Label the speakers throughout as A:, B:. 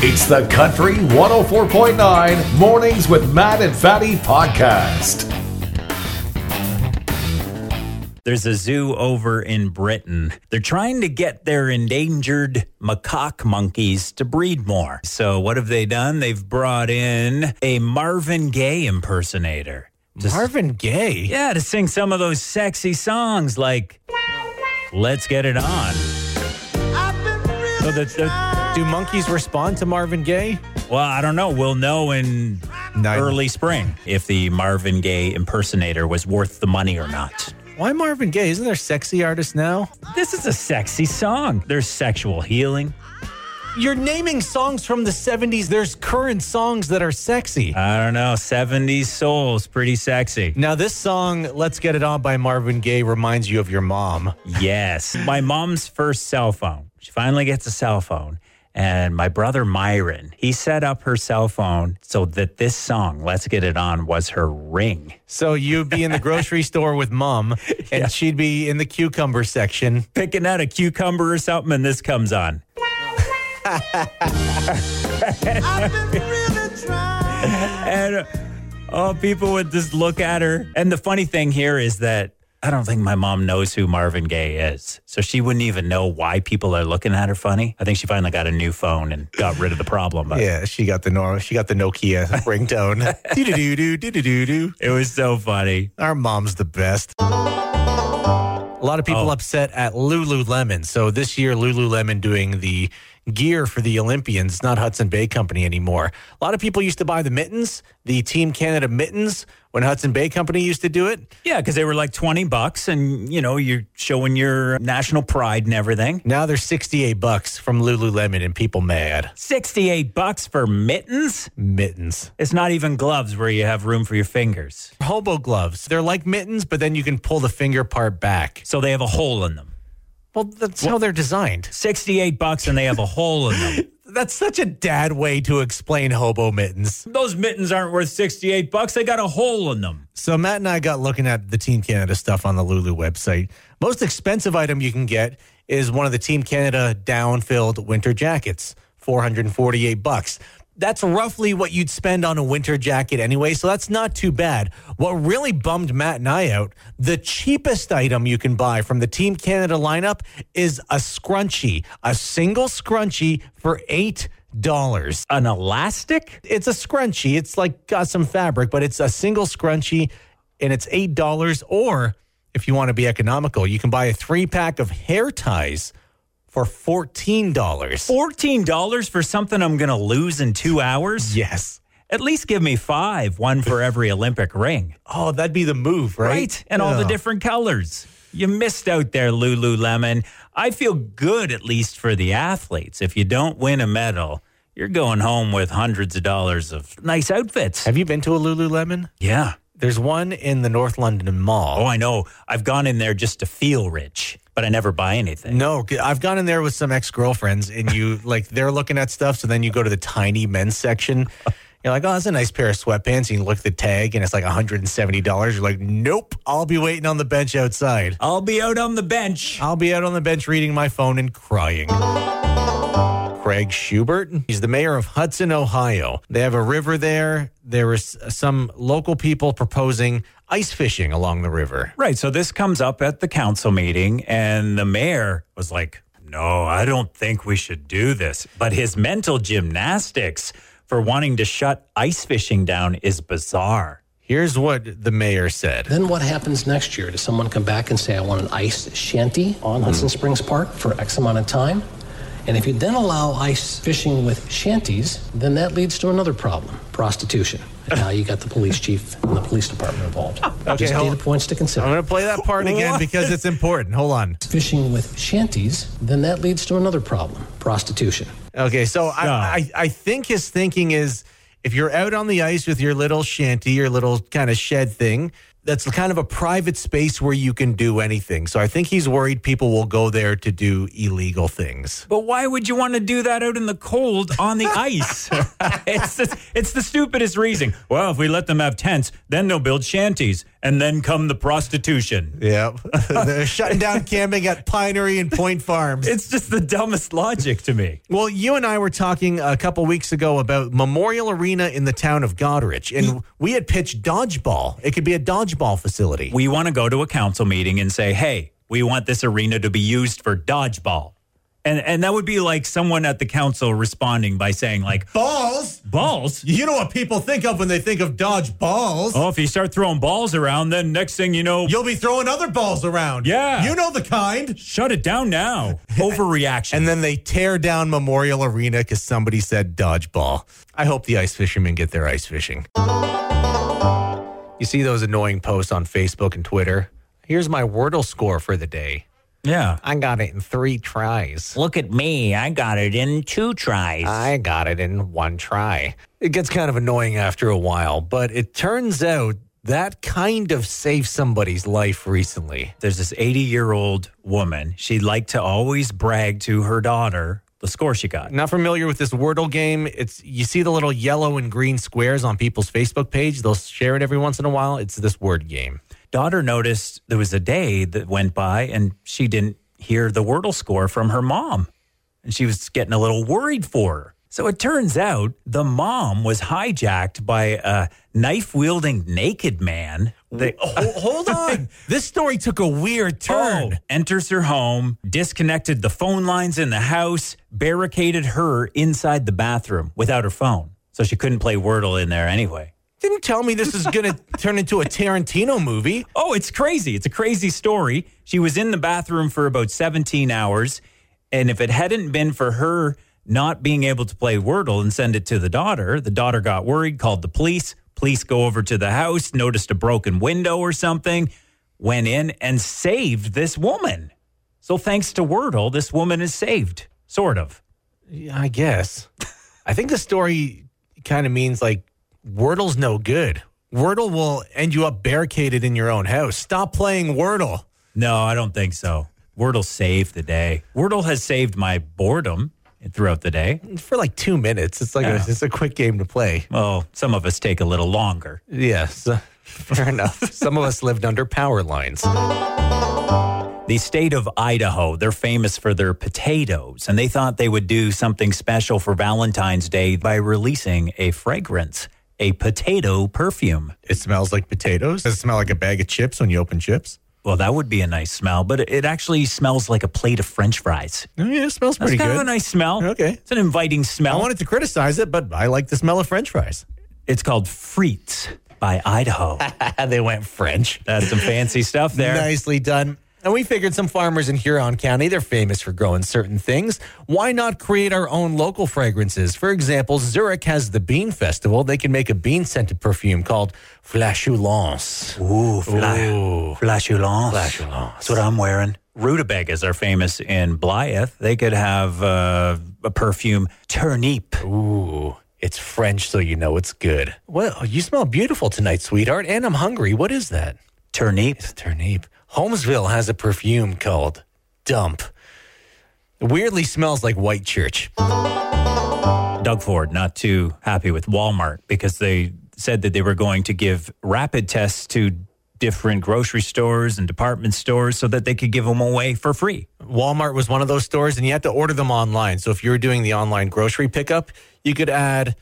A: It's the Country 104.9 Mornings with Matt and Fatty podcast.
B: There's a zoo over in Britain. They're trying to get their endangered macaque monkeys to breed more. So, what have they done? They've brought in a Marvin Gaye impersonator. To,
C: Marvin Gaye.
B: yeah, to sing some of those sexy songs like Let's Get It On. So the, the,
C: Do monkeys respond to Marvin Gaye?
B: well, I don't know. We'll know in
C: Nine.
B: early spring if the Marvin Gaye impersonator was worth the money or not.
C: Why Marvin Gaye? Isn't there sexy artists now?
B: This is a sexy song. There's sexual healing.
C: You're naming songs from the 70s. There's current songs that are sexy.
B: I don't know. 70s soul's pretty sexy.
C: Now, this song, Let's Get It On by Marvin Gaye, reminds you of your mom.
B: Yes. My mom's first cell phone. She finally gets a cell phone. And my brother Myron, he set up her cell phone so that this song, Let's Get It On, was her ring.
C: So you'd be in the grocery store with mom, and she'd be in the cucumber section.
B: Picking out a cucumber or something, and this comes on. And oh, people would just look at her. And the funny thing here is that I don't think my mom knows who Marvin Gaye is. So she wouldn't even know why people are looking at her funny. I think she finally got a new phone and got rid of the problem. But
C: Yeah, she got the Nor- she got the Nokia ringtone. do do do do do do do.
B: it was so funny.
C: Our mom's the best. A lot of people
B: Oh.
C: upset at Lululemon. So this year, Lululemon doing the gear for the Olympians, not Hudson Bay Company anymore. A lot of people used to buy the mittens, the Team Canada mittens, when Hudson Bay Company used to do it.
B: Yeah, because they were like 20 bucks and, you know, you're showing your national pride and everything.
C: Now they're 68 bucks from Lululemon and people mad.
B: 68 bucks for mittens?
C: Mittens.
B: It's not even gloves where you have room for your fingers.
C: Hobo gloves. They're like mittens, but then you can pull the finger part back.
B: So they have a hole in them.
C: Well, that's how they're designed.
B: 68 bucks and they have a hole in them.
C: That's such a dad way to explain hobo mittens.
B: Those mittens aren't worth 68 bucks. They got a hole in them.
C: So Matt and I got looking at the Team Canada stuff on the Lulu website. Most expensive item you can get is one of the Team Canada down-filled winter jackets, 448 bucks. That's roughly what you'd spend on a winter jacket anyway, so that's not too bad. What really bummed Matt and I out, the cheapest item you can buy from the Team Canada lineup is a scrunchie, a single scrunchie for 8 dollars
B: An elastic?
C: it's a scrunchie. It's like got some fabric, but it's a single scrunchie and it's eight dollars. Or if you want to be economical, you can buy a three pack of hair ties for fourteen dollars.
B: $14 for something I'm going to lose in two hours?
C: Yes.
B: At least give me five, one for every Olympic ring.
C: Oh, that'd be the move, right?
B: Right? And all the
C: Yeah.
B: different colors. You missed out there, Lululemon. I feel good, at least for the athletes. If you don't win a medal, you're going home with hundreds of dollars of nice outfits.
C: Have you been to a Lululemon?
B: Yeah.
C: There's one in the North London Mall.
B: Oh, I know. I've gone in there just to feel rich, but I never buy anything.
C: No, c- I've gone in there with some ex girlfriends, and you like they're looking at stuff. So then you go to the tiny men's section. You're like, oh, that's a nice pair of sweatpants. You look at the tag, and it's like $170. You're like, nope, I'll be waiting on the bench outside.
B: I'll be out on the bench.
C: I'll be out on the bench reading my phone and crying. Craig Schubert, he's the mayor of Hudson, Ohio. They have a river there. There was some local people proposing ice fishing along the river.
B: Right. So this comes up at the council meeting, and the mayor was like, No, I don't think we should do this. But his mental gymnastics for wanting to shut ice fishing down is bizarre.
C: Here's what the mayor said.
D: Then what happens next year? Does someone come back and say, I want an ice shanty on Hudson Springs Park for X amount of time? And if you then allow ice fishing with shanties, then that leads to another problem prostitution. And now you got the police chief and the police department involved. Just
C: hold-
D: data points to consider.
C: I'm going to play that part again
B: What?
C: because it's important. Hold on.
D: Fishing with shanties, then that leads to another problem prostitution.
C: Okay, so I,
B: Stop.
C: I, I think his thinking is if you're out on the ice with your little shanty, your little kind of shed thing, that's kind of a private space where you can do anything. So I think he's worried people will go there to do illegal things.
B: But why would you want to do that out in the cold on the ice? it's, the, it's the stupidest reason. Well, if we let them have tents, then they'll build shanties. and then come the prostitution.
C: Yep. They're shutting down camping at Pinery and Point Farms.
B: It's just the dumbest logic to me.
C: Well, you and I were talking a couple weeks ago about Memorial Arena in the town of Goderich, and we had pitched dodgeball. It could be a dodgeball facility.
B: We want to go to a council meeting and say, "Hey, we want this arena to be used for dodgeball." And and that would be like someone at the council responding by saying like,
C: Balls?
B: "Balls?
C: You know what people think of when they think of dodgeballs.
B: Oh, if you start throwing balls around, then next thing you know,
C: You'll be throwing other balls around.
B: Yeah.
C: You know the kind.
B: shut it down now." Overreaction.
C: And then they tear down Memorial Arena because somebody said dodgeball. I hope the ice fishermen get their ice fishing. You see those annoying posts on Facebook and Twitter? Here's my Wordle score for the day.
B: yeah.
C: I got it in three tries.
B: Look at me. I got it in two tries.
C: I got it in one try. It gets kind of annoying after a while, but it turns out that kind of saved somebody's life recently.
B: there's this 80 year old woman. She liked to always brag to her daughter the score she got.
C: Not familiar with this Wordle game? It's you see the little yellow and green squares on people's Facebook page. They'll share it every once in a while. It's this word game.
B: Daughter noticed there was a day that went by and she didn't hear the Wordle score from her mom. And she was getting a little worried for her. So it turns out the mom was hijacked by a knife wielding naked man. They,
C: hold on. this story took a weird
B: Oh, enters her home, disconnected the phone lines in the house, barricaded her inside the bathroom without her phone. So she couldn't play Wordle in there anyway.
C: Didn't tell me this is going to turn into a Tarantino movie.
B: Oh, it's crazy. It's a crazy story. She was in the bathroom for about 17 hours. And if it hadn't been for her not being able to play Wordle and send it to the daughter, the daughter got worried, called the police. Police go over to the house, noticed a broken window or something, went in and saved this woman. So thanks to Wordle, this woman is saved, sort of.
C: Yeah, I guess. I think the story kind of means like Wordle's no good. Wordle will end you up barricaded in your own house. Stop playing Wordle.
B: No, I don't think so. Wordle saved the day. Wordle has saved my boredom throughout the day.
C: For like two minutes. It's like a, it's a quick game to play.
B: Well, some of us take a little longer.
C: Yes. Fair enough. Some of us lived under power lines.
B: The state of Idaho, they're famous for their potatoes, and they thought they would do something special for Valentine's Day by releasing a fragrance, a potato perfume.
C: It smells like potatoes. Does it smell like a bag of chips when you open chips?
B: Well, that would be a nice smell, but it actually smells like a plate of french fries.
C: Oh, yeah, it smells
B: That's
C: pretty
B: kind
C: good.
B: of a nice smell.
C: Okay.
B: It's an inviting
C: I
B: smell.
C: wanted to criticize it, but I like the smell of french fries.
B: it's called Frites by Idaho.
C: they went French.
B: That's some fancy stuff there.
C: Nicely done. And we figured some farmers in Huron County, they're famous for growing certain things. Why not create our own local fragrances? For example, Zurich has the Bean Festival. They can make a bean scented perfume called Flashulence.
B: Ooh, flash, flatulence.
C: Flatulence.
B: That's what I'm wearing. Rutabagas are famous in Blythe. They could have uh, a perfume, turnip.
C: Ooh, it's French, so you know it's good. Well, you smell beautiful tonight, sweetheart, and I'm hungry. What is that?
B: Turnip.
C: Turnip. Holmesville has a perfume called Dump. Weirdly smells like White Church.
B: Doug Ford not too happy with Walmart because they said that they were going to give rapid tests to different grocery stores and department stores so that they could give them away for free.
C: Walmart was one of those stores, and you had to order them online. So if you were doing the online grocery pickup, you could add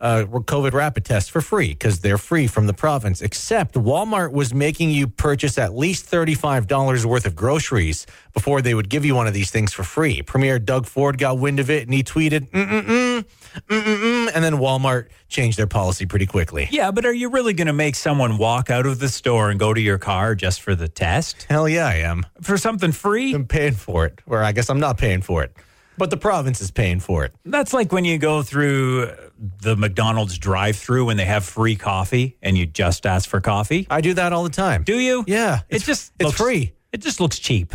C: uh, COVID rapid tests for free because they're free from the province. Except Walmart was making you purchase at least $35 worth of groceries before they would give you one of these things for free. Premier Doug Ford got wind of it and he tweeted, mm-mm-mm, mm-mm-mm, and then Walmart changed their policy pretty quickly.
B: Yeah, but are you really going to make someone walk out of the store and go to your car just for the test?
C: Hell yeah, I am.
B: For something free?
C: I'm paying for it, or I guess I'm not paying for it, but the province is paying for it.
B: That's like when you go through the McDonald's drive through when they have free coffee and you just ask for coffee.
C: I do that all the time.
B: Do you?
C: Yeah,
B: It just
C: it's
B: looks-
C: free.
B: It just looks cheap.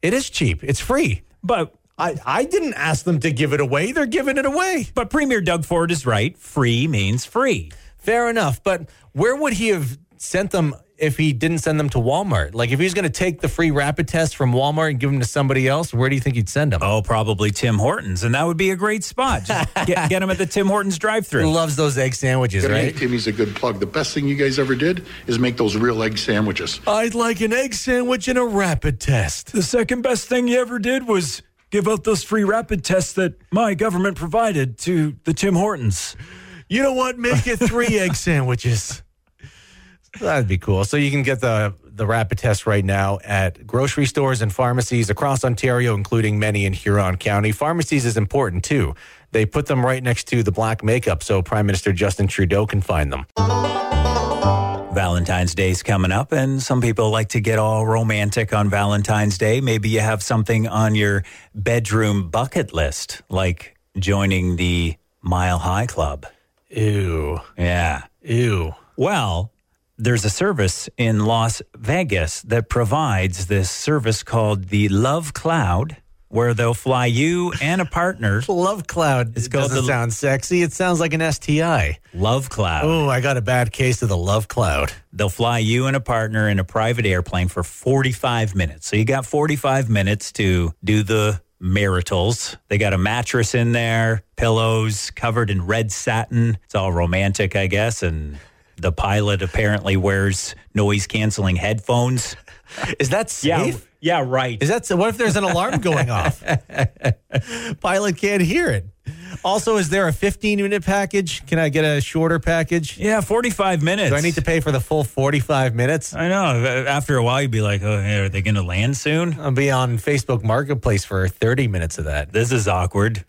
C: It is cheap. It's free.
B: But
C: I I didn't ask them to give it away. They're giving it away.
B: but Premier Doug Ford is right. Free means free.
C: Fair enough. But where would he have sent them if he didn't send them to Walmart? Like, if he was going to take the free rapid test from Walmart and give them to somebody else, where do you think he'd send them?
B: Oh, probably Tim Hortons, and that would be a great spot. Just get, get him at the Tim Hortons
C: He
B: drive-through.
C: loves those egg sandwiches,
E: Gonna
C: right?
E: make Timmy's a good plug. The best thing you guys ever did is make those real egg sandwiches.
C: I'd like an egg sandwich and a rapid test.
B: The second best thing you ever did was give out those free rapid tests that my government provided to the Tim Hortons.
C: You know what? Make it three egg sandwiches. That'd be cool. So you can get the the rapid test right now at grocery stores and pharmacies across Ontario, including many in Huron County. Pharmacies is important too. They put them right next to the black makeup so Prime Minister Justin Trudeau can find them.
B: Valentine's Day's coming up, and some people like to get all romantic on Valentine's Day. Maybe you have something on your bedroom bucket list, like joining the Mile High Club.
C: Ew.
B: Yeah.
C: Ew.
B: Well, there's a service in Las Vegas that provides this service called the Love Cloud, where they'll fly you and a partner.
C: Love cloud. It
B: called
C: doesn't
B: the-
C: sound sexy. It sounds like an STI.
B: Love Cloud.
C: Oh, I got a bad case of the love cloud.
B: They'll fly you and a partner in a private airplane for 45 minutes. So you got 45 minutes to do the maritals. They got a mattress in there, pillows covered in red satin. It's all romantic, I guess. And the pilot apparently wears noise canceling headphones.
C: Is that safe?
B: Yeah, right.
C: Is that so? What if there's an alarm going off? Pilot can't hear it. Also, is there a 15 minute package? Can I get a shorter package?
B: Yeah, 45 minutes.
C: Do I need to pay for the full 45 minutes?
B: I know. After a while, you'd be like, oh, hey, are they going to land soon?
C: I'll be on Facebook Marketplace for 30 minutes of that.
B: This is awkward.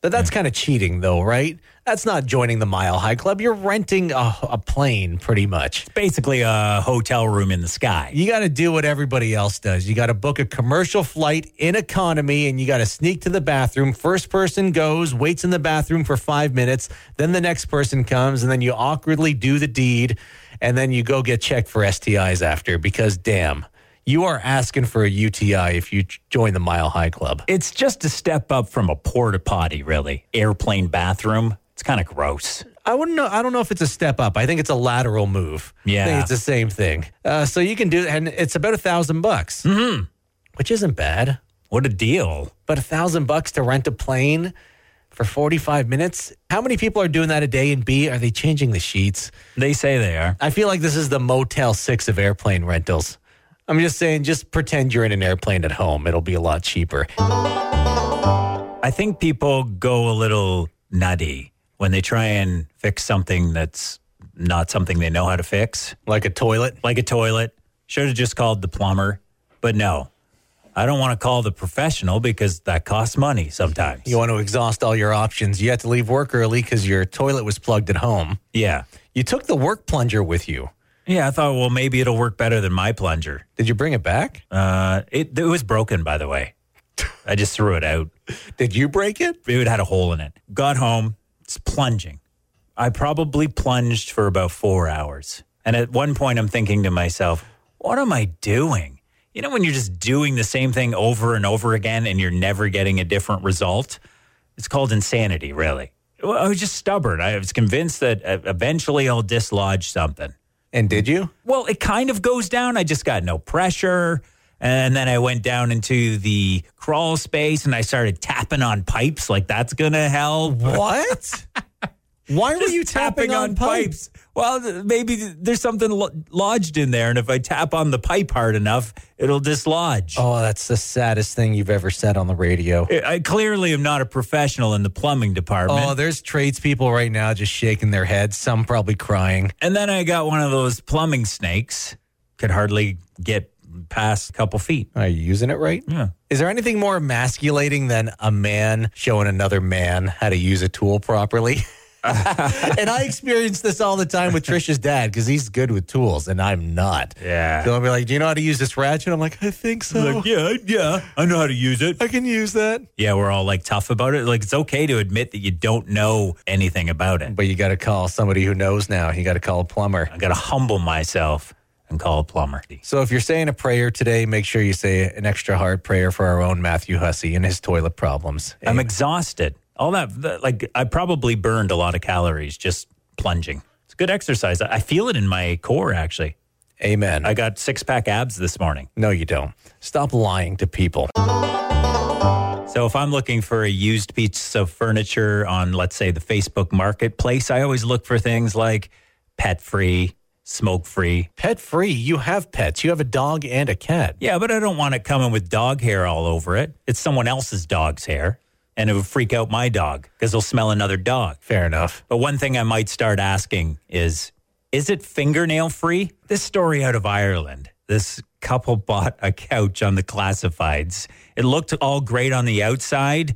C: But that's kind of cheating, though, right? That's not joining the Mile High Club. You're renting a, a plane, pretty much.
B: Basically, a hotel room in the sky.
C: You got to do what everybody else does. You got to book a commercial flight in economy and you got to sneak to the bathroom. First person goes, waits in the bathroom for five minutes. Then the next person comes and then you awkwardly do the deed and then you go get checked for STIs after because damn, you are asking for a UTI if you j- join the Mile High Club.
B: It's just a step up from a porta potty, really. Airplane bathroom. It's kind of gross.
C: I wouldn't know. I don't know if it's a step up. I think it's a lateral move. I
B: Yeah.
C: think it's the same thing. Uh, so you can do and it's about a thousand bucks, mm-hmm. which isn't bad.
B: What a deal.
C: but a thousand bucks to rent a plane for 45 minutes how many people are doing that a day and b are they changing the sheets
B: They say they are.
C: i feel like this is the motel 6 of airplane rentals i'm just saying just pretend you're in an airplane at home it'll be a lot cheaper
B: I think people go a little nutty when they try and fix something that's not something they know how to fix,
C: like a toilet
B: like a toilet. Should have just called the plumber, but no. I don't want to call the professional because that costs money sometimes.
C: you want to exhaust all your options you had to leave work early because your toilet was plugged at home
B: Yeah.
C: you took the work plunger with you
B: Yeah, I thought, well, maybe it'll work better than my plunger.
C: did you bring it back
B: Uh, it, it was broken, by the way. I just threw it out.
C: did you break it
B: it had a hole in it. Got home, it's plunging. I probably plunged for about four hours. And at one point, I'm thinking to myself, what am I doing? You know, when you're just doing the same thing over and over again and you're never getting a different result, it's called insanity, really. Well, I was just stubborn. I was convinced that uh, eventually I'll dislodge something.
C: and did you
B: Well, it kind of goes down. I just got no pressure. And then I went down into the crawl space and I started tapping on pipes like that's going to help.
C: what why were
B: Just
C: you tapping, on pipes
B: Well, th- maybe th- there's something lo- lodged in there. And if I tap on the pipe hard enough, it'll dislodge.
C: Oh, that's the saddest thing you've ever said on the radio.
B: I I clearly am not a professional in the plumbing department.
C: Oh, there's tradespeople right now just shaking their heads, some probably crying.
B: and then I got one of those plumbing snakes, could hardly get past a couple feet.
C: Are you using it right?
B: Yeah.
C: Is there anything more emasculating than a man showing another man how to use a tool properly? and I experience this all the time with Trisha's dad because he's good with tools and I'm not.
B: Yeah.
C: So I'll be like, Do you know how to use this ratchet? I'm like, I think so.
B: yeah, yeah, I know how to use it.
C: I can use that.
B: Yeah, we're all like tough about it. Like it's okay to admit that you don't know anything about it.
C: But you got to call somebody who knows now. You got to call a plumber.
B: I got to humble myself and call a plumber.
C: So if you're saying a prayer today, make sure you say an extra hard prayer for our own Matthew Hussey and his toilet problems.
B: I'm exhausted. All that, that- like I probably burned a lot of calories just plunging. It's good exercise. I I feel it in my core actually.
C: Amen.
B: I got six pack abs this morning.
C: no, you don't. Stop lying to people.
B: So if I'm looking for a used piece of furniture on, let's say, the Facebook marketplace, I always look for things like pet free, smoke free.
C: Pet free. You have pets. You have a dog and a cat.
B: Yeah, but I don't want it coming with dog hair all over it. It's someone else's dog's hair, and it would freak out my dog because he'll smell another dog.
C: Fair enough.
B: But one thing I might start asking is is it fingernail free? This story out of Ireland. This couple bought a couch on the classifieds. It looked all great on the outside.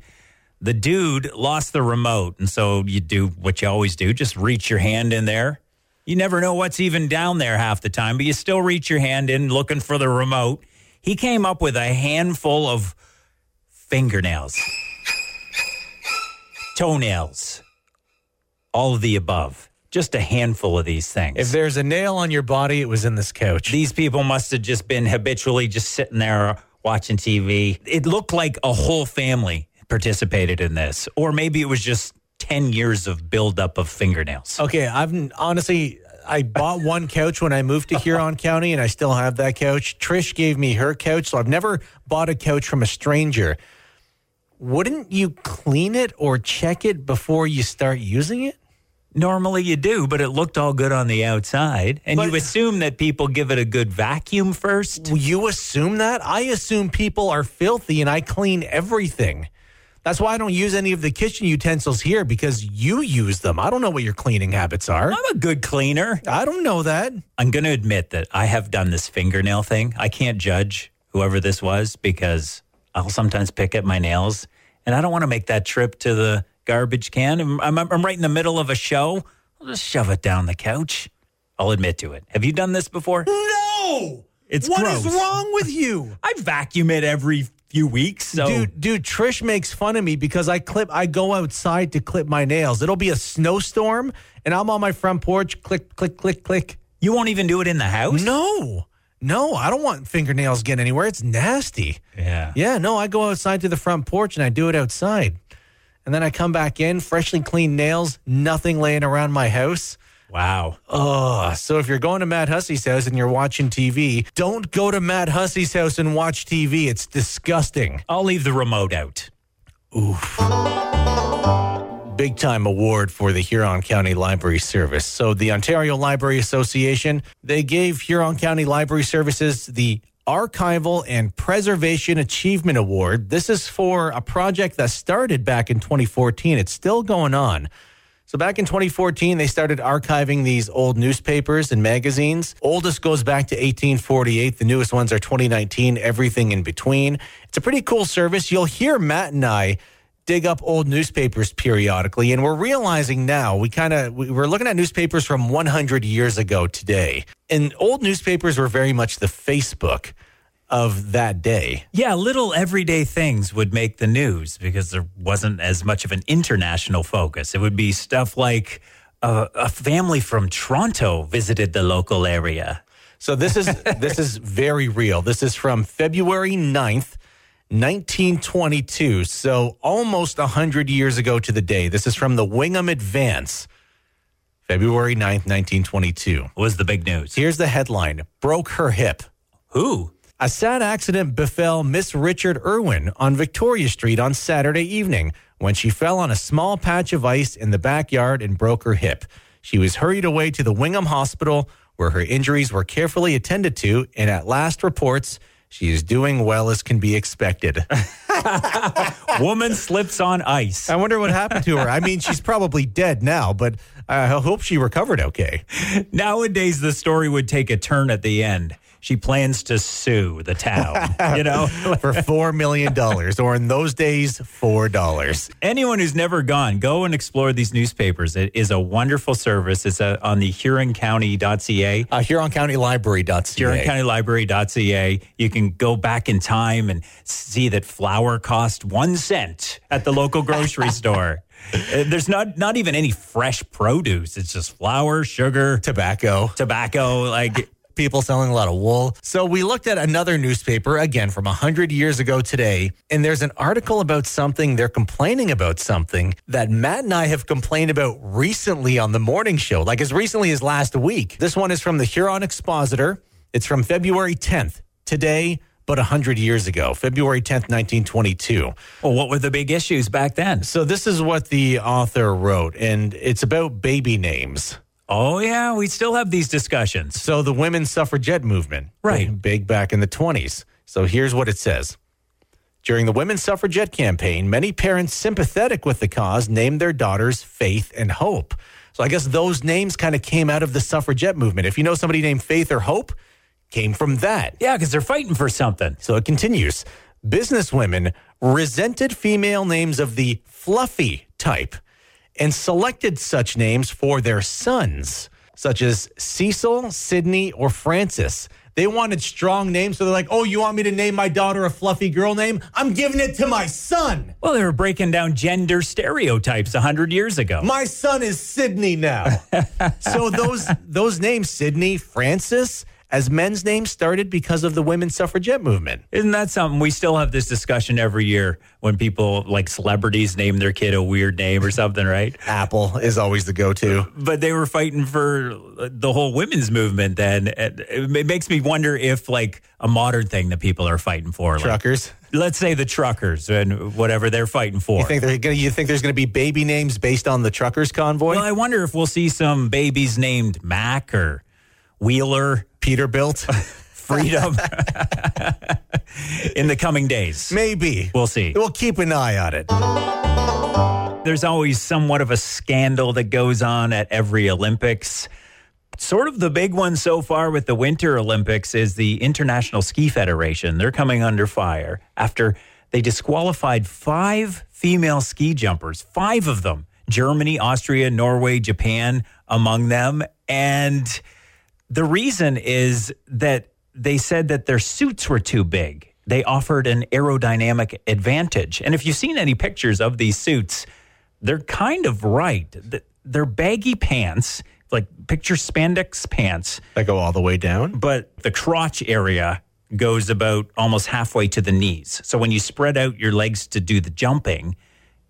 B: The dude lost the remote. And so you do what you always do just reach your hand in there. You never know what's even down there half the time, but you still reach your hand in looking for the remote. He came up with a handful of fingernails, toenails all of the above. Just a handful of these things.
C: If there's a nail on your body, it was in this couch.
B: these people must have just been habitually just sitting there watching TV. It looked like a whole family participated in this, or maybe it was just 10 years of buildup of fingernails.
C: Okay, I've honestly I bought one couch when I moved to Huron County, and I still have that couch. Trish gave me her couch, so I've never bought a couch from a stranger. Wouldn't you clean it or check it before you start using it?
B: Normally you do, but it looked all good on the outside. And you
C: But-
B: assume that people give it a good vacuum first.
C: Will you assume that? I assume people are filthy, and I clean everything. That's why I don't use any of the kitchen utensils here because you use them. I don't know what your cleaning habits are.
B: I'm a good cleaner.
C: I don't know that.
B: I'm going to admit that I have done this fingernail thing. I can't judge whoever this was because I'll sometimes pick at my nails and I don't want to make that trip to the garbage can. I'm, I'm, I'm right in the middle of a show. I'll just shove it down the couch. I'll admit to it. Have you done this before?
C: No.
B: It's
C: What is
B: gross.
C: wrong with you?
B: I vacuum it every few weeks. So
C: Dude, dude, Trish makes fun of me because I clip. I go outside to clip my nails. It'll be a snowstorm, and I'm on my front porch. Click, click, click, click.
B: you won't even do it in the house?
C: No, no, I don't want fingernails getting anywhere. It's nasty.
B: Yeah.
C: Yeah, no, I go outside to the front porch and I do it outside, and then I come back in, freshly cleaned nails, nothing laying around my house.
B: Wow.
C: Oh, so if you're going to Matt Hussey's house and you're watching TV, don't go to Matt Hussey's house and watch TV. It's disgusting.
B: I'll leave the remote out.
C: big time award for the Huron County Library Service. So the Ontario Library Association, they gave Huron County Library Services the Archival and Preservation Achievement Award. This is for a project that started back in 2014. It's still going on. So back in 2014, they started archiving these old newspapers and magazines. Oldest goes back to 1848. The newest ones are 2019, everything in between. It's a pretty cool service. You'll hear Matt and I dig up old newspapers periodically and we're realizing now we kind of we we're looking at newspapers from 100 years ago today and old newspapers were very much the facebook of that day
B: Yeah, little everyday things would make the news because there wasn't as much of an international focus. It would be stuff like uh, a family from Toronto visited the local area.
C: So this is this is very real. This is from February 9th, 1922. So almost 100 years ago to the day. This is from the Wingham Advance. February 9th, 1922.
B: Was the big news.
C: Here's the headline. Broke her hip.
B: Who?
C: A sad accident befell Miss Richard Irwin on Victoria Street on Saturday evening when she fell on a small patch of ice in the backyard and broke her hip. She was hurried away to the Wingham Hospital where her injuries were carefully attended to, and at last reports, she is doing well as can be expected.
B: Woman slips on ice.
C: I wonder what happened to her. I mean, she's probably dead now, but I hope she recovered okay.
B: Nowadays, the story would take a turn at the end. She plans to sue the town. you know,
C: For $4 million, or in those days, $4.
B: anyone who's never gone, go and explore these newspapers. It is a wonderful service. It's uh on the HuronCounty.ca.
C: Uh, Huron County Library.ca.
B: HuronCountyLibrary.ca. You can go back in time and see that flour cost one cent at the local grocery store. Uh, There's not not even any fresh produce. It's just flour, sugar, t-
C: Tobacco.
B: tobacco. Like
C: people selling a lot of wool. So we looked at another newspaper again from 100 years ago today, and there's an article about something they're complaining about something that Matt and I have complained about recently on the morning show, like as recently as last week. This one is from the Huron Expositor. It's from February 10th, today, but 100 years ago, February 10th, 1922.
B: Well, what were the big issues back then?
C: So this is what the author wrote, and it's about baby names.
B: Oh, yeah, we still have these discussions.
C: So the women's suffragette movement,
B: Right.
C: Big back in the 20s. So here's what it says. During the women's suffragette campaign, many parents sympathetic with the cause named their daughters Faith and Hope. So I guess those names kind of came out of the suffragette movement. If you know somebody named Faith or Hope, came from that.
B: Yeah, because they're fighting for something.
C: So it continues. Businesswomen resented female names of the fluffy type and selected such names for their sons, such as Cecil, Sydney, or Francis. They wanted strong names, so they're like, oh, you want me to name my daughter a fluffy girl name? I'm giving it to my son.
B: Well, they were breaking down gender stereotypes 100 years ago.
C: My son is Sydney now. so those those names, Sydney, Francis, as men's names started because of the women's suffragette movement.
B: Isn't that something? We still have this discussion every year when people, like celebrities, name their kid a weird name or something, right?
C: Apple is always the go-to.
B: But they were fighting for uh, the whole women's movement then. And It ma- makes me wonder if, like, a modern thing that people are fighting for. Like,
C: truckers.
B: let's say the truckers and whatever they're fighting for.
C: You think they're gonna, you think there's going to be baby names based on the truckers convoy?
B: well, I wonder if we'll see some babies named Mac or Wheeler,
C: Peterbilt,
B: Freedom in the coming days.
C: maybe.
B: We'll see.
C: We'll keep an eye on it.
B: There's always somewhat of a scandal that goes on at every Olympics. Sort of the big one so far with the Winter Olympics is the International Ski Federation. They're coming under fire after they disqualified five female ski jumpers, five of them Germany, Austria, Norway, Japan among them. And the reason is that they said that their suits were too big. They offered an aerodynamic advantage. And if you've seen any pictures of these suits, they're kind of right. Th- They're baggy pants, like picture spandex pants,
C: I go all the way down.
B: but the crotch area goes about almost halfway to the knees. So when you spread out your legs to do the jumping,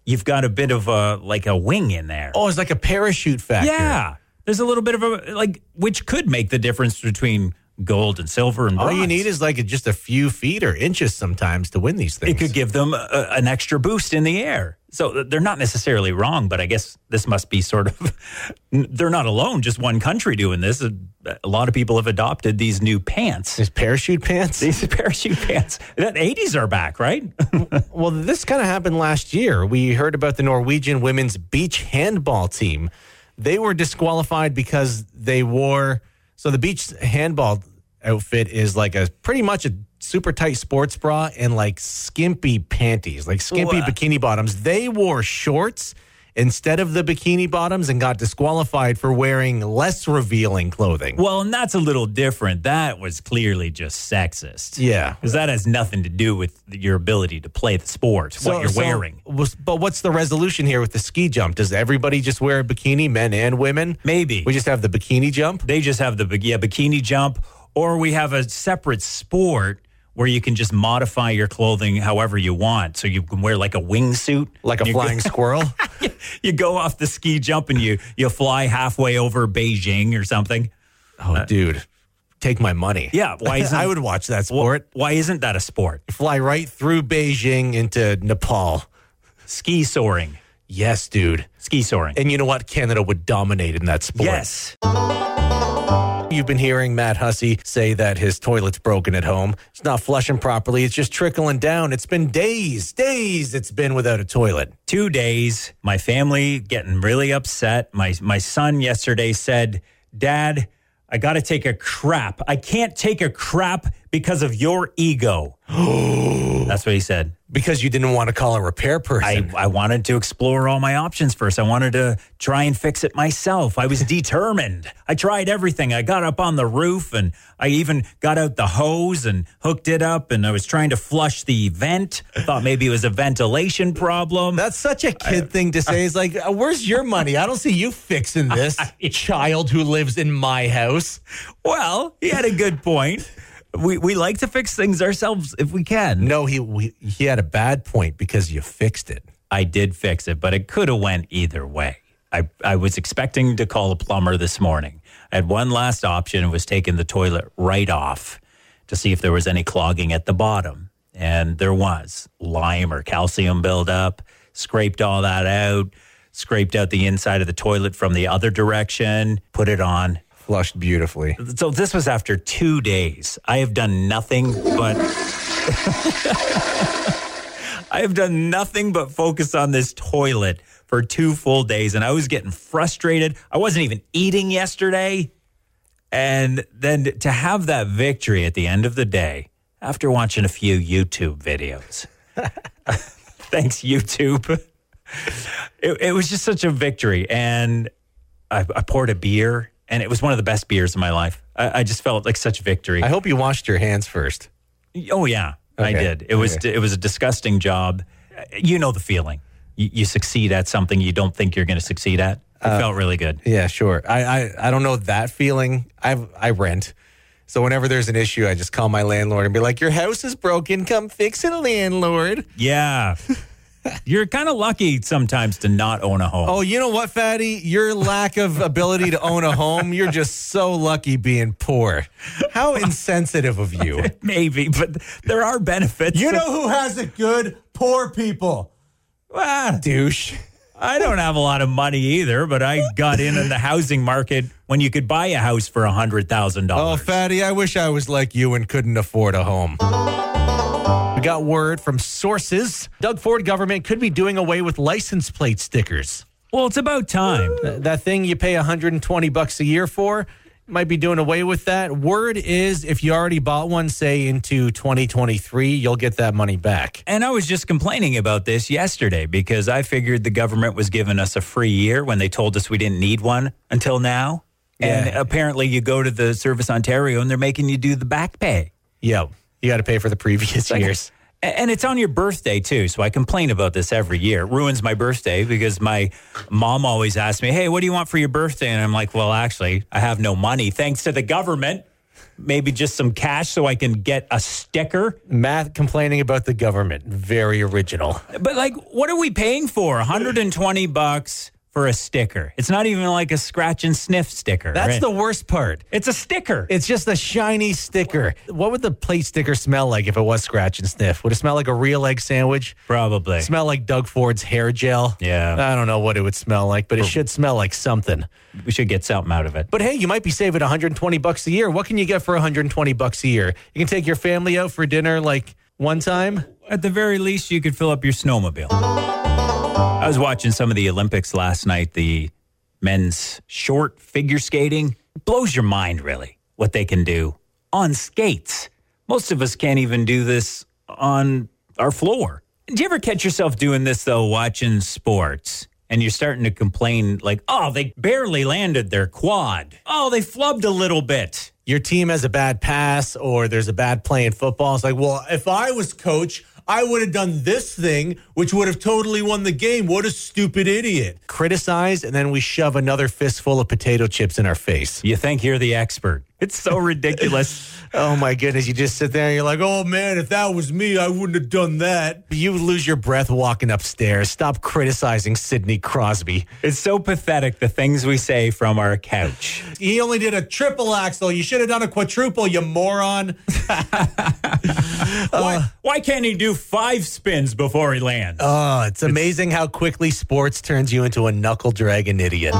B: you've got a bit of a like a wing in there.
C: Oh, it's like a parachute factor.
B: Yeah. There's a little bit of a like which could make the difference between gold and silver and
C: All
B: bronze.
C: you need is like just a few feet or inches sometimes to win these things.
B: it could give them a, an extra boost in the air. So they're not necessarily wrong, but I guess this must be sort of they're not alone. Just one country doing this. Uh, A lot of people have adopted these new pants,
C: There's parachute pants.
B: these parachute pants. The 80s are back, right?
C: Well, this kind of happened last year. We heard about the Norwegian women's beach handball team. They were disqualified because they wore so the beach handball outfit is like a pretty much a super tight sports bra and like skimpy panties, like skimpy
B: Wha-
C: bikini bottoms. They wore shorts instead of the bikini bottoms and got disqualified for wearing less revealing clothing.
B: well, and that's a little different. That was clearly just sexist.
C: Yeah.
B: Because that has nothing to do with your ability to play the sport, what you're wearing.
C: was- but what's the resolution here with the ski jump? Does everybody just wear a bikini, men and women?
B: Maybe.
C: We just have the bikini jump.
B: they just have the bi- yeah, bikini jump, or we have a separate sport where you can just modify your clothing however you want. So you can wear like a wingsuit,
C: Like a
B: You go-
C: flying squirrel.
B: you go off the ski jump and you you fly halfway over Beijing or something.
C: Oh, dude, take my money.
B: Yeah, why isn't
C: I would watch that sport.
B: why isn't that a sport?
C: Fly right through Beijing into Nepal.
B: Ski soaring,
C: Yes, dude.
B: ski soaring.
C: And you know what? Canada would dominate in that sport.
B: yes,
C: You've been hearing Matt Hussey say that his toilet's broken at home. It's not flushing properly. It's just trickling down. It's been days, days it's been without a toilet.
B: two days. My family getting really upset. My my son yesterday said, "Dad." I got to take a crap. I can't take a crap because of your ego. That's what he said.
C: Because you didn't want to call a repair person.
B: I, I wanted to explore all my options first. I wanted to try and fix it myself. I was determined. I tried everything. I got up on the roof and I even got out the hose and hooked it up and I was trying to flush the vent. Thought maybe it was a ventilation problem.
C: That's such a kid thing to say. It's like, uh, where's your money? I don't see you fixing this. Child who lives in my house.
B: Well, he had a good point. We, we like to fix things ourselves if we can.
C: No, he we, he had a bad point because you fixed it.
B: I did fix it, but it could have went either way. I, I was expecting to call a plumber this morning. I had one last option was taking the toilet right off to see if there was any clogging at the bottom. And there was lime or calcium buildup, scraped all that out, scraped out the inside of the toilet from the other direction, put it on.
C: Flushed beautifully.
B: So this was after two days. I have done nothing but I have done nothing but focus on this toilet for two full days, and I was getting frustrated. I wasn't even eating yesterday. And then to have that victory at the end of the day, after watching a few YouTube videos, thanks, YouTube. It, it was just such a victory. And I, I poured a beer, and it was one of the best beers of my life. I, I just felt like such victory.
C: I hope you washed your hands first.
B: Oh yeah, I
C: Okay.
B: did. It was it was a disgusting job. You know the feeling. You, you succeed at something you don't think you're going to succeed at. It
C: Uh,
B: felt really good.
C: Yeah, sure. I, I I don't know that feeling. I I rent, so whenever there's an issue, I just call my landlord and be like, "Your house is broken. Come fix it, landlord."
B: Yeah. You're kind of lucky sometimes to not own a home.
C: Oh, you know what, fatty? Your lack of ability to own a home. You're just so lucky being poor. How insensitive of you.
B: Maybe, but there are benefits.
C: You know who has it good? Poor people.
B: Ah,
C: Douche.
B: I don't have a lot of money either, but I got in in the housing market when you could buy a house for $100,000.
C: Oh, fatty, I wish I was like you and couldn't afford a home. We got word from sources. Doug Ford government could be doing away with license plate stickers.
B: well, it's about time.
C: Th- That thing you pay 120 bucks a year for might be doing away with that. Word is if you already bought one, say into 2023, you'll get that money back.
B: And I was just complaining about this yesterday because I figured the government was giving us a free year when they told us we didn't need one until now. And
C: Yeah.
B: apparently, you go to the Service Ontario and they're making you do the back pay.
C: Yo, you got to pay for the previous years.
B: A- And it's on your birthday too, so I complain about this every year. It ruins my birthday because my mom always asks me, "Hey, what do you want for your birthday?" And I'm like, "Well, actually, I have no money, thanks to the government. Maybe just some cash so I can get a sticker."
C: Matt complaining about the government. Very original.
B: But like, what are we paying for? 120 bucks for a sticker. It's not even like a scratch and sniff sticker.
C: That's
B: right?
C: the worst part.
B: It's a sticker.
C: It's just a shiny sticker. What would the plate sticker smell like if it was scratch and sniff? Would it smell like a real egg sandwich?
B: Probably.
C: Smell like Doug Ford's hair gel?
B: Yeah.
C: I don't know what it would smell like, but it should smell like something.
B: We should get something out of it.
C: But hey, you might be saving 120 bucks a year. What can you get for 120 bucks a year? You can take your family out for dinner like one time.
B: At the very least, you could fill up your snowmobile. I was watching some of the Olympics last night, the men's short figure skating. Blows your mind, really, what they can do on skates. Most of us can't even do this on our floor. Do you ever catch yourself doing this, though, watching sports? And you're starting to complain, like, oh, they barely landed their quad. Oh, they flubbed a little bit.
C: Your team has a bad pass or there's a bad play in football. It's like, well, if I was coach, I would have done this thing, which would have totally won the game. What a stupid idiot. Criticize, and then we shove another fistful of potato chips in our face.
B: You think you're the expert. It's so ridiculous.
C: Oh my goodness. You just sit there and you're like, oh man, if that was me, I wouldn't have done that. You lose your breath walking upstairs. Stop criticizing Sidney Crosby.
B: It's so pathetic the things we say from our couch.
C: He only did a triple axel. You should have done a quadruple, you moron. Uh,
B: why, why can't he do five spins before he lands?
C: Oh, it's amazing how quickly sports turns you into a knuckle dragon idiot.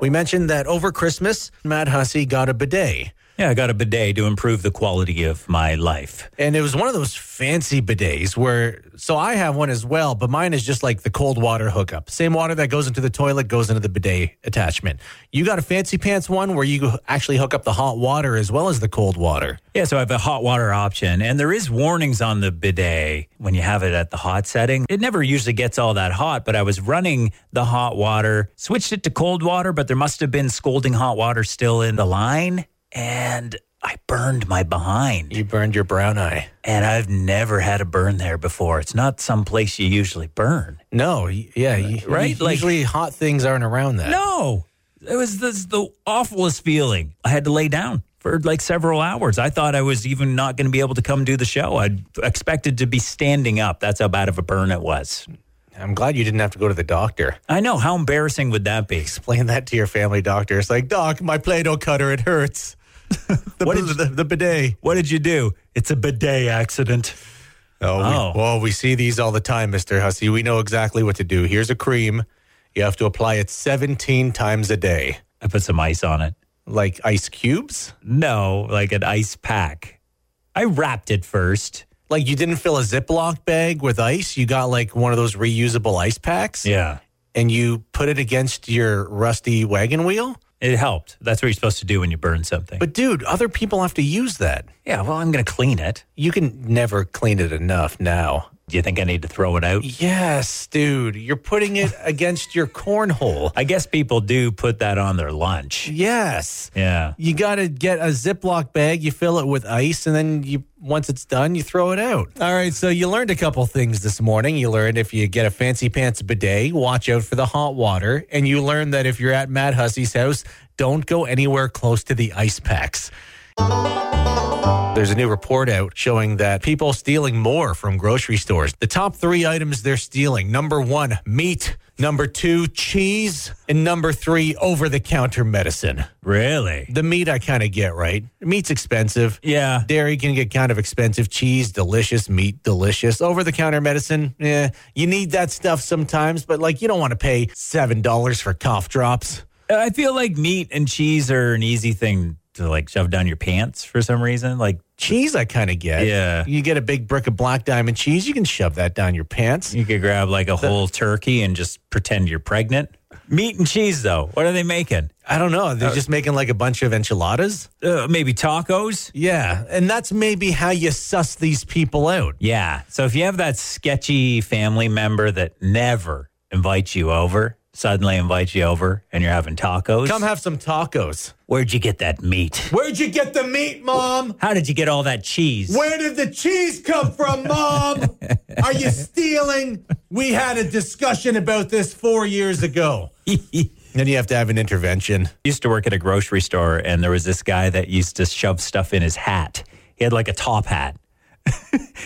C: We mentioned that oh, over Christmas, Matt Hussey got a bidet.
B: yeah, I got a bidet to improve the quality of my life.
C: And it was one of those fancy bidets where, so I have one as well, but mine is just like the cold water hookup. Same water that goes into the toilet goes into the bidet attachment. You got a fancy pants one where you actually hook up the hot water as well as the cold water.
B: Yeah, so I have a hot water option, and there is warnings on the bidet when you have it at the hot setting. It never usually gets all that hot, but I was running the hot water, switched it to cold water, but there must have been scolding hot water still in the line, and I burned my behind.
C: You burned your brown eye.
B: And I've never had a burn there before. It's not some place you usually burn.
C: No, y- yeah, y-
B: Right? Like-
C: usually hot things aren't around that.
B: No, it was this, the awfulest feeling. I had to lay down for like several hours. I thought I was even not going to be able to come do the show. I expected to be standing up. That's how bad of a burn it was.
C: I'm glad you didn't have to go to the doctor.
B: I know. How embarrassing would that be?
C: Explain that to your family doctor. It's like, Doc, my Play Doh cutter, it hurts. the,
B: What
C: what
B: did
C: is the, the bidet.
B: What did you do? It's a bidet accident.
C: Oh,
B: Oh.
C: We, well, we see these all the time, Mr. Hussey. We know exactly what to do. Here's a cream. You have to apply it 17 times a day,
B: I put some ice on it.
C: like ice cubes.
B: No, like an ice pack. I wrapped it first.
C: Like you didn't fill a Ziploc bag with ice. You got like one of those reusable ice packs
B: Yeah.
C: and you put it against your rusty wagon wheel.
B: It helped. That's what you're supposed to do when you burn something.
C: But dude, other people have to use that.
B: yeah, well, I'm going to clean it.
C: You can never clean it enough now.
B: Do you think I need to throw it out?
C: Yes, dude. You're putting it against your cornhole.
B: I guess people do put that on their lunch.
C: Yes.
B: Yeah.
C: You got to get a Ziploc bag, you fill it with ice, and then you once it's done, you throw it out. All right, so you learned a couple things this morning. You learned if you get a fancy pants bidet, watch out for the hot water, and you learned that if you're at Matt Hussey's house, don't go anywhere close to the ice packs. There's a new report out showing that people stealing more from grocery stores. The top three items they're stealing number one, meat, number two, cheese, and number three, over the counter medicine.
B: Really?
C: The meat I kind of get, right? Meat's expensive.
B: Yeah.
C: Dairy can get kind of expensive. Cheese, delicious. Meat, delicious. Over the counter medicine, yeah. You need that stuff sometimes, but like you don't want to pay $7 for cough drops.
B: I feel like meat and cheese are an easy thing to like shove down your pants for some reason. Like
C: Cheese, I kind of get.
B: Yeah.
C: You get a big brick of black diamond cheese, you can shove that down your pants.
B: you could grab like a whole turkey and just pretend you're pregnant. Meat and cheese, though. What are they making?
C: I don't know. They're just making like a bunch of enchiladas.
B: Uh, maybe tacos?
C: Yeah. And that's maybe how you suss these people out.
B: Yeah. So if you have that sketchy family member that never invites you over, suddenly invites you over and you're having tacos,
C: Come have some tacos.
B: where'd you get that meat?
C: Where'd you get the meat, Mom?
B: How did you get all that cheese?
C: Where did the cheese come from, Mom? Are you stealing? We had a discussion about this four years ago. Then you have to have an intervention.
B: used to work at a grocery store and there was this guy that used to shove stuff in his hat. He had like a top hat.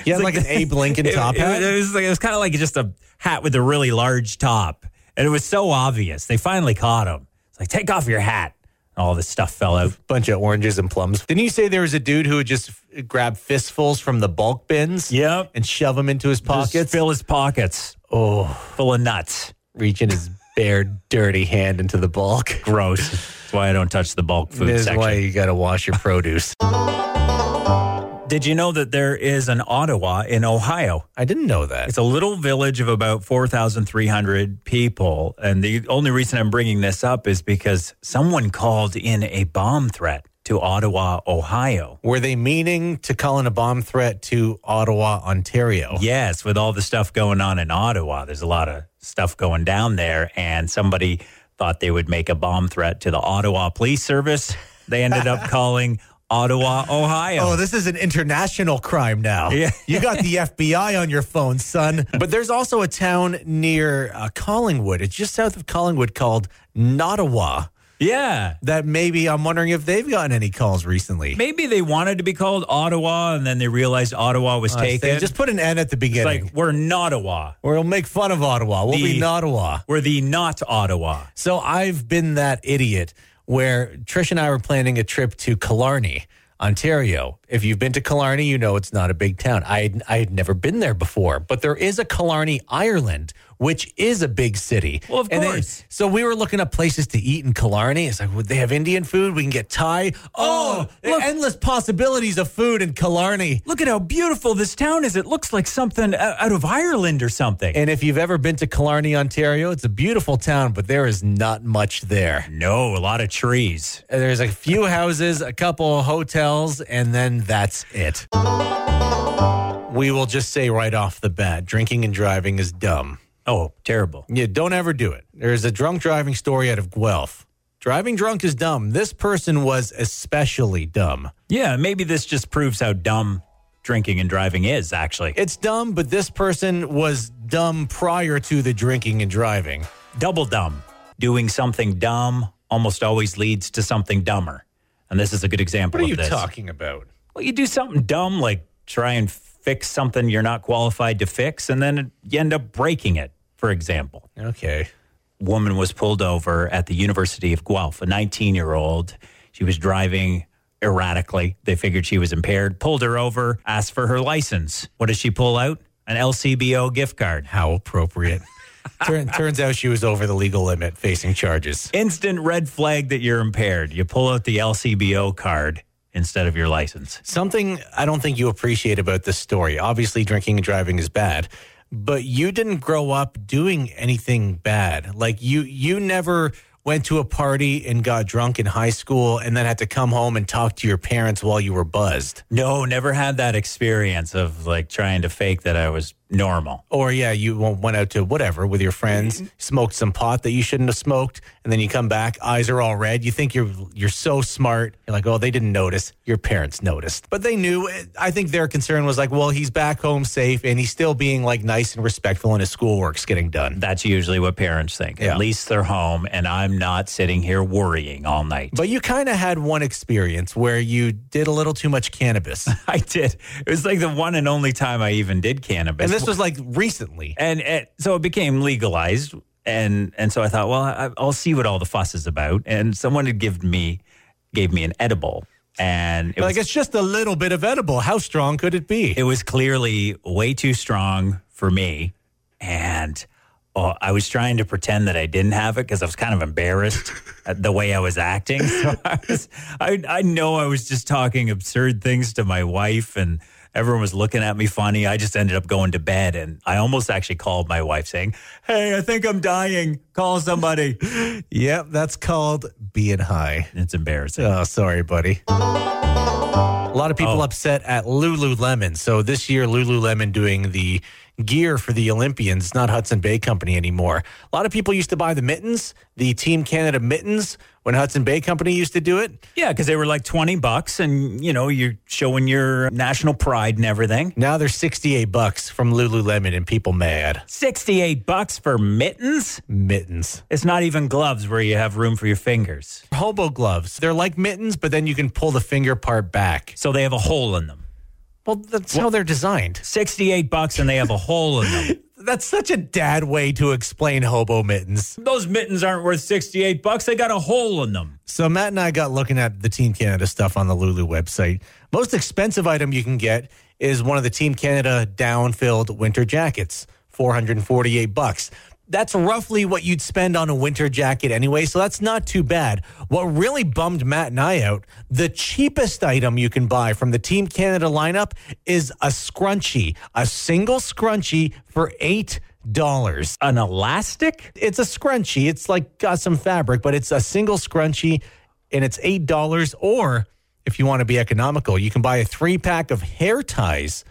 C: You had like, an Abe Lincoln top
B: It-
C: hat.
B: It, was like, it was kind of like just a hat with a really large top. And it was so obvious. They finally caught him. It's like, take off your hat. And all this stuff fell out.
C: bunch of oranges and plums. Didn't you say there was a dude who would just f- grab fistfuls from the bulk bins?
B: Yep.
C: And shove them into his
B: Just
C: pockets?
B: fill his pockets
C: oh,
B: full of nuts.
C: reaching his bare, dirty hand into the bulk.
B: Gross. That's why I don't touch the bulk food
C: This is
B: section.
C: why you got to wash your produce.
B: Did you know that there is an Ottawa in Ohio?
C: I didn't know that.
B: It's a little village of about 4,300 people. And the only reason I'm bringing this up is because someone called in a bomb threat to Ottawa, Ohio.
C: Were they meaning to call in a bomb threat to Ottawa, Ontario?
B: Yes, with all the stuff going on in Ottawa, there's a lot of stuff going down there. And somebody thought they would make a bomb threat to the Ottawa Police Service. They ended up calling Ottawa, Ohio.
C: Oh, this is an international crime now.
B: Yeah.
C: you got the FBI on your phone, son. But there's also a town near uh, Collingwood. It's just south of Collingwood called Nottawa.
B: yeah.
C: That maybe I'm wondering if they've gotten any calls recently.
B: Maybe they wanted to be called Ottawa and then they realized Ottawa was
C: Uh,
B: taken.
C: they just put an N at the
B: it's
C: beginning.
B: like, we're not Ottawa.
C: We'll make fun of Ottawa. We'll
B: The-
C: be Nottawa.
B: We're the not Ottawa.
C: So I've been that idiot where Trish and I were planning a trip to Killarney, Ontario. If you've been to Killarney, you know it's not a big town. I had, I had never been there before, but there is a Killarney, Ireland, which is a big city.
B: Well, of
C: And they-
B: course.
C: so we were looking up places to eat in Killarney. It's like, would they have Indian food? We can get Thai. Oh,
B: look.
C: endless possibilities of food in Killarney.
B: Look at how beautiful this town is. It looks like something o- out of Ireland or something.
C: And if you've ever been to Killarney, Ontario, it's a beautiful town, but there is not much there.
B: no, a lot of trees.
C: There's a few houses, a couple of hotels, and then that's it. We will just say right off the bat drinking and driving is dumb.
B: Oh, terrible.
C: Yeah, don't ever do it. There's a drunk driving story out of Guelph. Driving drunk is dumb. This person was especially dumb.
B: Yeah, maybe this just proves how dumb drinking and driving is, actually.
C: It's dumb, but this person was dumb prior to the drinking and driving.
B: Double dumb. Doing something dumb almost always leads to something dumber. And this is a good example
C: What
B: of
C: are you
B: this.
C: talking about?
B: Well, you do something dumb like try and fix something you're not qualified to fix, and then you end up breaking it. for example.
C: Okay.
B: woman was pulled over at the University of Guelph, a 19 year old. She was driving erratically. They figured she was impaired, pulled her over, asked for her license. What does she pull out? An LCBO gift card.
C: How appropriate. Turn, turns out she was over the legal limit facing charges.
B: Instant red flag that you're impaired. You pull out the LCBO card instead of your license.
C: Something I don't think you appreciate about this story. Obviously, drinking and driving is bad, but you didn't grow up doing anything bad. Like you, you never went to a party and got drunk in high school and then had to come home and talk to your parents while you were buzzed.
B: No, never had that experience of like trying to fake that I was normal.
C: Or yeah, you went out to whatever with your friends, smoked some pot that you shouldn't have smoked, and then you come back, eyes are all red. You think you're you're so smart. You're like, oh, they didn't notice. Your parents noticed, but they knew. I think their concern was like, well, he's back home safe, and he's still being like nice and respectful, and his schoolwork's getting done.
B: That's usually what parents think.
C: Yeah.
B: At least they're home and I'm not sitting here worrying all night.
C: But you kind of had one experience where you did a little too much cannabis,
B: I did. It was like the one and only time I even did cannabis.
C: and this was like recently.
B: and it, so it became legalized, and and so I thought, well, I, I'll see what all the fuss is about. And someone had given me gave me an edible, and it
C: Like
B: was
C: it's just a little bit of edible. How strong could it be?
B: it was clearly way too strong for me, and. Oh, I was trying to pretend that I didn't have it because I was kind of embarrassed at the way I was acting. So I was, I, I know I was just talking absurd things to my wife, and everyone was looking at me funny. I just ended up going to bed, and I almost actually called my wife saying, "Hey, I think I'm dying. Call somebody."
C: Yep, that's called being high.
B: It's embarrassing. Oh.
C: Oh, sorry, buddy. A lot of people upset at Lululemon. So this year, Lululemon doing the gear for the Olympians, not Hudson Bay Company anymore. A lot of people used to buy the mittens, the Team Canada mittens, when Hudson Bay Company used to do it.
B: Yeah, because they were like twenty bucks, and you know you're showing your national pride and everything.
C: Now they're 68 bucks from Lululemon and people mad.
B: Sixty-eight bucks for mittens.
C: Mittens.
B: It's not even gloves where you have room for your fingers,
C: Hobo gloves. They're like mittens, but then you can pull the finger part back.
B: so they have a hole in them.
C: Well, that's how they're designed.
B: Sixty-eight bucks, and they have a hole in them.
C: That's such a dad way to explain hobo mittens.
B: Those mittens aren't worth sixty-eight bucks. They got a hole in them.
C: So Matt and I got looking at the Team Canada stuff on the Lulu website. Most expensive item you can get is one of the Team Canada down-filled winter jackets, 448 bucks. That's roughly what you'd spend on a winter jacket anyway, so that's not too bad. What really bummed Matt and I out, the cheapest item you can buy from the Team Canada lineup is a scrunchie, a single scrunchie for 8 dollars
B: An elastic?
C: it's a scrunchie. It's like got some fabric, but it's a single scrunchie and it's eight dollars. Or if you want to be economical, you can buy a three pack of hair ties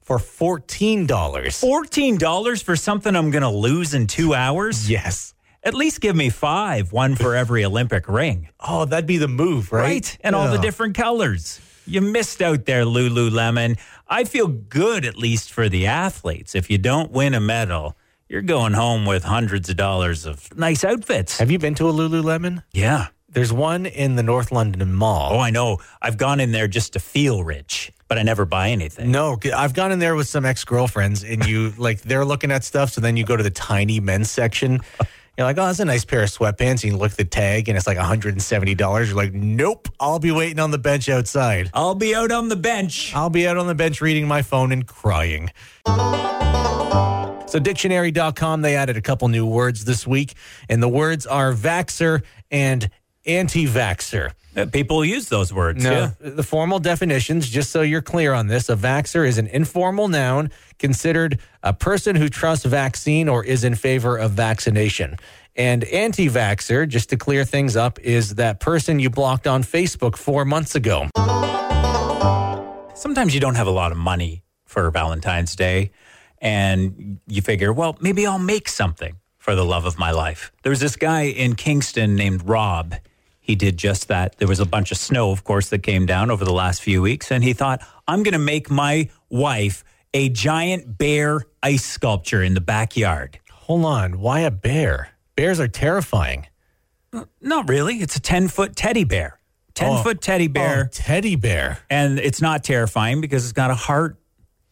C: for fourteen dollars.
B: Fourteen dollars for something I'm going to lose in two hours?
C: Yes.
B: At least give me five, one for every Olympic ring.
C: Oh, that'd be the move, right?
B: right? And all the
C: Yeah.
B: different colors. You missed out there, Lululemon. I feel good, at least for the athletes. If you don't win a medal, you're going home with hundreds of dollars of nice outfits.
C: Have you been to a Lululemon?
B: Yeah.
C: There's one in the North London Mall.
B: Oh, I know. I've gone in there just to feel rich, but I never buy anything.
C: No, c- I've gone in there with some ex girlfriends, and you like they're looking at stuff. So then you go to the tiny men's section. You're like, oh, that's a nice pair of sweatpants. You look at the tag, and it's like $170. You're like, nope, I'll be waiting on the bench outside.
B: I'll be out on the bench.
C: I'll be out on the bench reading my phone and crying. So, dictionary.com, they added a couple new words this week, and the words are vaxxer and anti vaxxer.
B: Uh, People use those words. Yeah.
C: No, the formal definitions, just so you're clear on this, a vaxxer is an informal noun considered a person who trusts vaccine or is in favor of vaccination. And anti vaxxer, just to clear things up, is that person you blocked on Facebook four months ago.
B: sometimes you don't have a lot of money for Valentine's Day, and you figure, well, maybe I'll make something for the love of my life. There was this guy in Kingston named Rob. He did just that. There was a bunch of snow, of course, that came down over the last few weeks, and he thought, I'm going to make my wife a giant bear ice sculpture in the backyard.
C: Hold on, why a bear? Bears are terrifying.
B: Not really. It's a 10 foot teddy bear. 10 foot teddy bear.
C: Oh, teddy bear.
B: And it's not terrifying because it's got a heart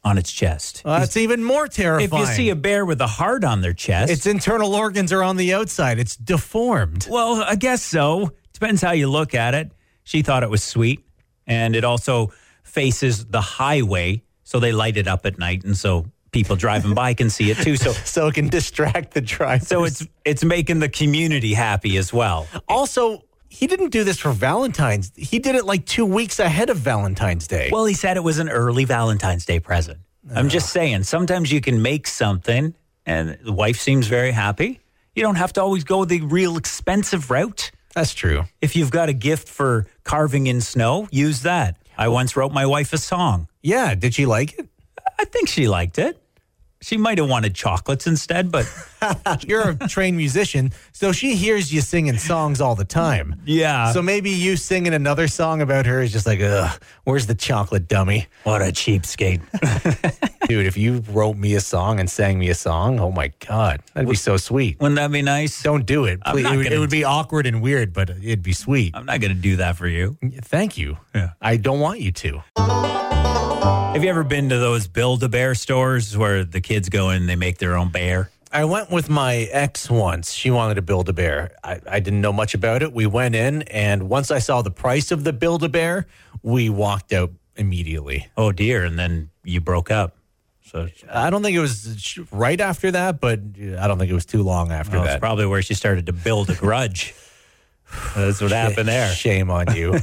B: on its chest.
C: Well, that's even more
B: if
C: terrifying.
B: you see a bear with a heart on their chest,
C: its internal organs are on the outside. It's deformed.
B: Well, I guess so. Depends how you look at it. She thought it was sweet. And it also faces the highway. So they light it up at night. And so people driving by can see it too. So
C: So it can distract the driver.
B: so it's it's making the community happy as well.
C: also he didn't do this for Valentine's. He did it like two weeks ahead of Valentine's Day.
B: Well, he said it was an early Valentine's Day present. I'm just saying, sometimes you can make something and the wife seems very happy. You don't have to always go the real expensive route.
C: that's true.
B: If you've got a gift for carving in snow, use that. I once wrote my wife a song.
C: Yeah. Did she like it?
B: I think she liked it. She might have wanted chocolates instead, but
C: You're a trained musician, so she hears you singing songs all the time.
B: yeah.
C: So maybe you singing another song about her is just like, ugh, where's the chocolate dummy?
B: what a cheapskate.
C: Dude, if you wrote me a song and sang me a song, oh my God, that'd be so sweet.
B: Wouldn't that be nice?
C: Don't do it.
B: I'm
C: please.
B: not
C: It would-
B: gonna
C: it would be awkward and weird, but it'd be sweet.
B: I'm not going to do that for you.
C: Thank you.
B: Yeah.
C: I don't want you to.
B: Have you ever been to those build a bear stores where the kids go in and they make their own bear?
C: I went with my ex once. She wanted to build a bear. I, I didn't know much about it. We went in, and once I saw the price of the build a bear, we walked out immediately.
B: Oh dear! And then you broke up. So
C: I don't think it was sh- right after that, but I don't think it was too long after
B: well, that's
C: that.
B: probably where she started to build a grudge. That's what happened there.
C: Shame on you.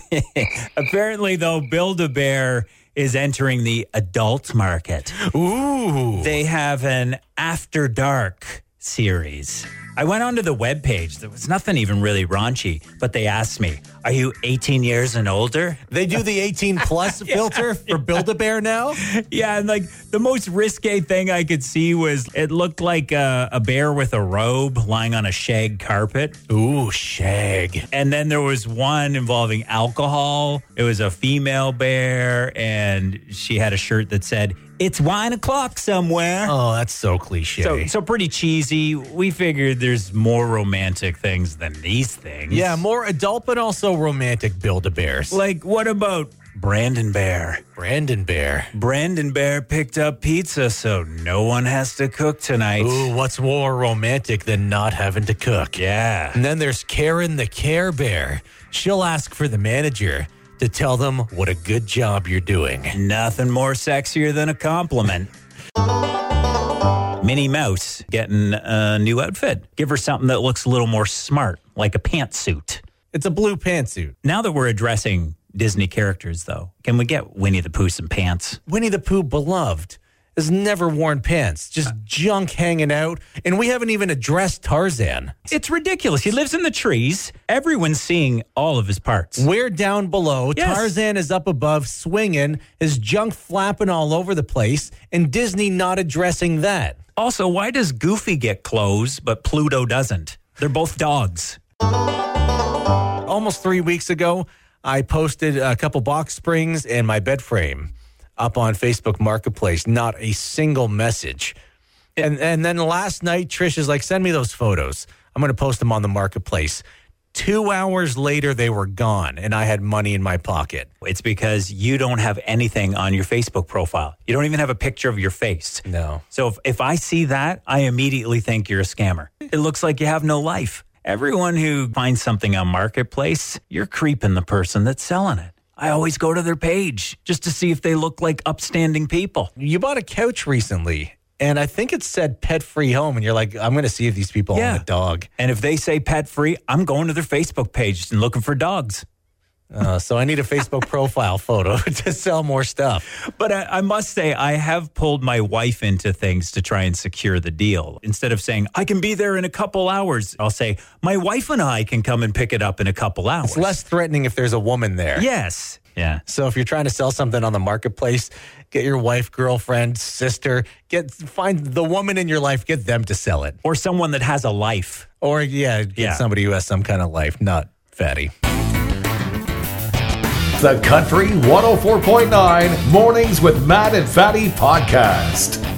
B: Apparently, though, Build a Bear is entering the adult market.
C: Ooh.
B: They have an After Dark series. I went onto the webpage. There was nothing even really raunchy, but they asked me, Are you 18 years and older?
C: They do the 18 plus filter for build a bear now?
B: Yeah, and like the most risque thing I could see was it looked like a, a bear with a robe lying on a shag carpet.
C: Ooh, shag.
B: And then there was one involving alcohol. It was a female bear, and she had a shirt that said, It's wine o'clock somewhere.
C: Oh, that's so cliche.
B: So, so pretty cheesy. We figured there's more romantic things than these things.
C: yeah, more adult, but also romantic build a bears.
B: like what about Brandon Bear?
C: Brandon Bear.
B: Brandon Bear picked up pizza, so no one has to cook tonight.
C: Ooh, what's more romantic than not having to cook?
B: Yeah.
C: And then there's Karen the Care Bear. She'll ask for the manager to tell them what a good job you're doing.
B: Nothing more sexier than a compliment. Minnie Mouse getting a new outfit. Give her something that looks a little more smart, like a pantsuit.
C: It's a blue pantsuit.
B: Now that we're addressing Disney characters, though, can we get Winnie the Pooh some pants?
C: Winnie the Pooh, beloved, has never worn pants, just junk hanging out. And we haven't even addressed Tarzan.
B: It's ridiculous. He lives in the trees. Everyone's seeing all of his parts.
C: We're down below.
B: Yes.
C: Tarzan is up above, swinging, his junk flapping all over the place, and Disney not addressing that.
B: Also, why does Goofy get clothes but Pluto doesn't? They're both dogs.
C: almost three weeks ago, I posted a couple box springs and my bed frame up on Facebook Marketplace. Not a single message. And and then last night, Trish is like, "Send me those photos. I'm going to post them on the marketplace." Two hours later, they were gone, and I had money in my pocket.
B: It's because you don't have anything on your Facebook profile. You don't even have a picture of your face.
C: No.
B: So if, if I see that, I immediately think you're a scammer. It looks like you have no life. Everyone who finds something on Marketplace, you're creeping the person that's selling it. I always go to their page just to see if they look like upstanding people.
C: You bought a couch recently, and I think it said pet free home, and you're like, "I'm going to see if these people
B: Yeah.
C: own a dog."
B: And if they say pet free, I'm going to their Facebook page and looking for dogs.
C: Uh, so I need a Facebook profile photo to sell more stuff.
B: But I, I must say, I have pulled my wife into things to try and secure the deal. Instead of saying, I can be there in a couple hours, I'll say, my wife and I can come and pick it up in a couple hours.
C: It's less threatening if there's a woman there.
B: Yes. Yeah.
C: So if you're trying to sell something on the marketplace, get your wife, girlfriend, sister, get find the woman in your life, get them to sell it.
B: Or someone that has a life.
C: Or yeah, get
B: Yeah.
C: somebody who has some kind of life, not fatty.
A: oh The Country 104.9 Mornings with Matt and Fatty Podcast.